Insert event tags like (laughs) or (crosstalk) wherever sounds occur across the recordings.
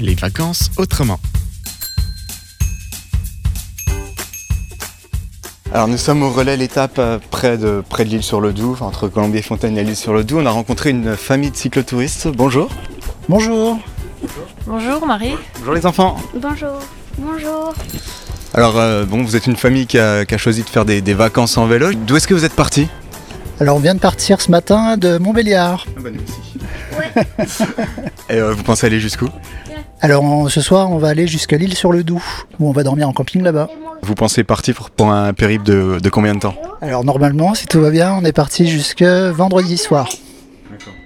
les vacances autrement. Alors nous sommes au relais l'étape euh, près de, près de l'île sur le Doubs, entre Colombier Fontaine et l'île sur le Doubs. On a rencontré une famille de cyclotouristes. Bonjour. Bonjour. Bonjour Marie. Bonjour les enfants. Bonjour. Bonjour. Alors euh, bon, vous êtes une famille qui a, qui a choisi de faire des, des vacances en vélo. D'où est-ce que vous êtes parti Alors on vient de partir ce matin de Montbéliard. Ah, bah, (laughs) Et euh, vous pensez aller jusqu'où Alors on- ce soir on va aller jusqu'à l'île sur le Doubs, où on va dormir en camping là-bas. Vous pensez partir pour, pour un périple de, de combien de temps Alors normalement si tout va bien on est parti jusque vendredi soir.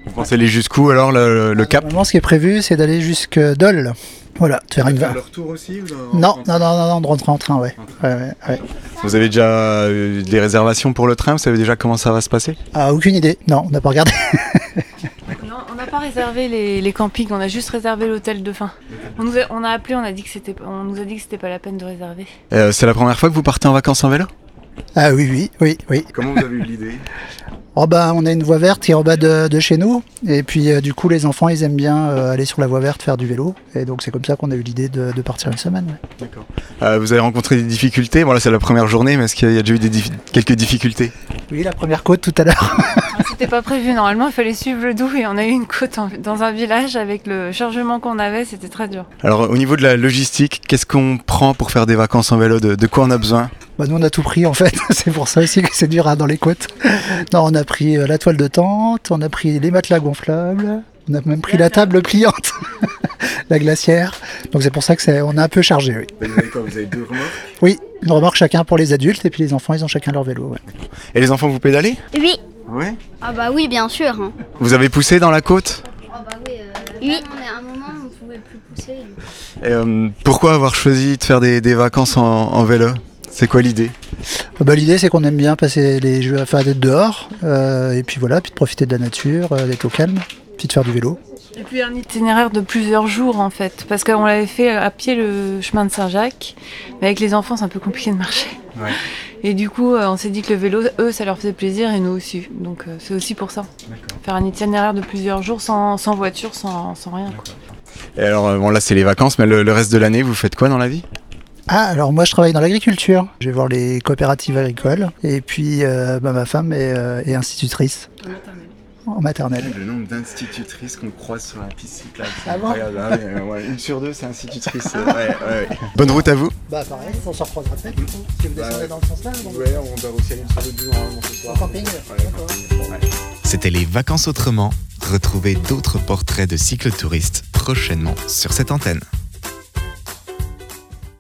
Vous pensez aller jusqu'où alors le, le cap Normalement ce qui est prévu c'est d'aller jusque Dole. Voilà, de faire une va- retour aussi Non, non, non, non, non, de rentrer en train, ouais. Ouais, ouais, ouais. Vous avez déjà eu des réservations pour le train Vous savez déjà comment ça va se passer Ah, aucune idée. Non, on n'a pas regardé. (laughs) Non, on n'a pas réservé les, les campings, on a juste réservé l'hôtel de fin. On, nous a, on a appelé, on, a dit que c'était, on nous a dit que c'était pas la peine de réserver. Euh, C'est la première fois que vous partez en vacances en vélo Ah oui, oui, oui, oui. Comment vous avez eu (laughs) l'idée Oh bah on a une voie verte qui est en bas de, de chez nous. Et puis euh, du coup les enfants ils aiment bien euh, aller sur la voie verte faire du vélo. Et donc c'est comme ça qu'on a eu l'idée de, de partir une semaine. ouais. Euh, Vous avez rencontré des difficultés Bon là c'est la première journée, mais est-ce qu'il y a déjà eu des diffi- quelques difficultés Oui, la première côte tout à l'heure. Ah, C'était pas prévu, normalement il fallait suivre le Doubs et on a eu une côte en- dans un village avec le chargement qu'on avait, c'était très dur. Alors au niveau de la logistique, qu'est-ce qu'on prend pour faire des vacances en vélo de, de quoi on a besoin Bah nous on a tout pris en fait. (laughs) c'est pour ça aussi que c'est dur hein, dans les côtes. Non, on a pris euh, la toile de tente, on a pris les matelas gonflables, on a même pris la table pliante, (laughs) la glacière. Donc c'est pour ça que c'est on a un peu chargé. Oui. Vous avez quoi Vous avez deux oui, une remorque chacun pour les adultes et puis les enfants ils ont chacun leur vélo. ouais. Et les enfants vous pédalez Oui. Oui. Ah bah oui, bien sûr. hein. Vous avez poussé dans la côte Ah bah oui. on est à un moment, on pouvait plus pousser. Et, euh, Pourquoi avoir choisi de faire des, des vacances en, en vélo C'est quoi l'idée Ah bah, L'idée, c'est qu'on aime bien passer les jeux, enfin d'être dehors, euh, et puis voilà, puis de profiter de la nature, euh, d'être au calme, puis de faire du vélo. Et puis un itinéraire de plusieurs jours en fait, parce qu'on l'avait fait à pied le chemin de Saint-Jacques, mais avec les enfants c'est un peu compliqué de marcher. Ouais. Et du coup euh, on s'est dit que le vélo, eux, ça leur faisait plaisir et nous aussi. Donc euh, c'est aussi pour ça. Faire un itinéraire de plusieurs jours sans, sans voiture, sans, sans rien. quoi. Et alors euh, bon là c'est les vacances, mais le, le reste de l'année vous faites quoi dans la vie Ah, alors moi, je travaille dans l'agriculture. Je vais voir les coopératives agricoles, et puis euh, bah, ma femme est, euh, est institutrice en maternelle. Le nombre d'institutrices qu'on croise sur la piste cyclable, c'est Ah bon incroyable, hein, euh, Une sur deux c'est institutrice. Bonne route à vous Bah pareil, on se reprendra peut Si vous descendez ouais. dans le sens là, on va aussi aller sur le hein, ce soir. C'était les vacances autrement. Retrouvez d'autres portraits de cyclotouristes prochainement sur cette antenne.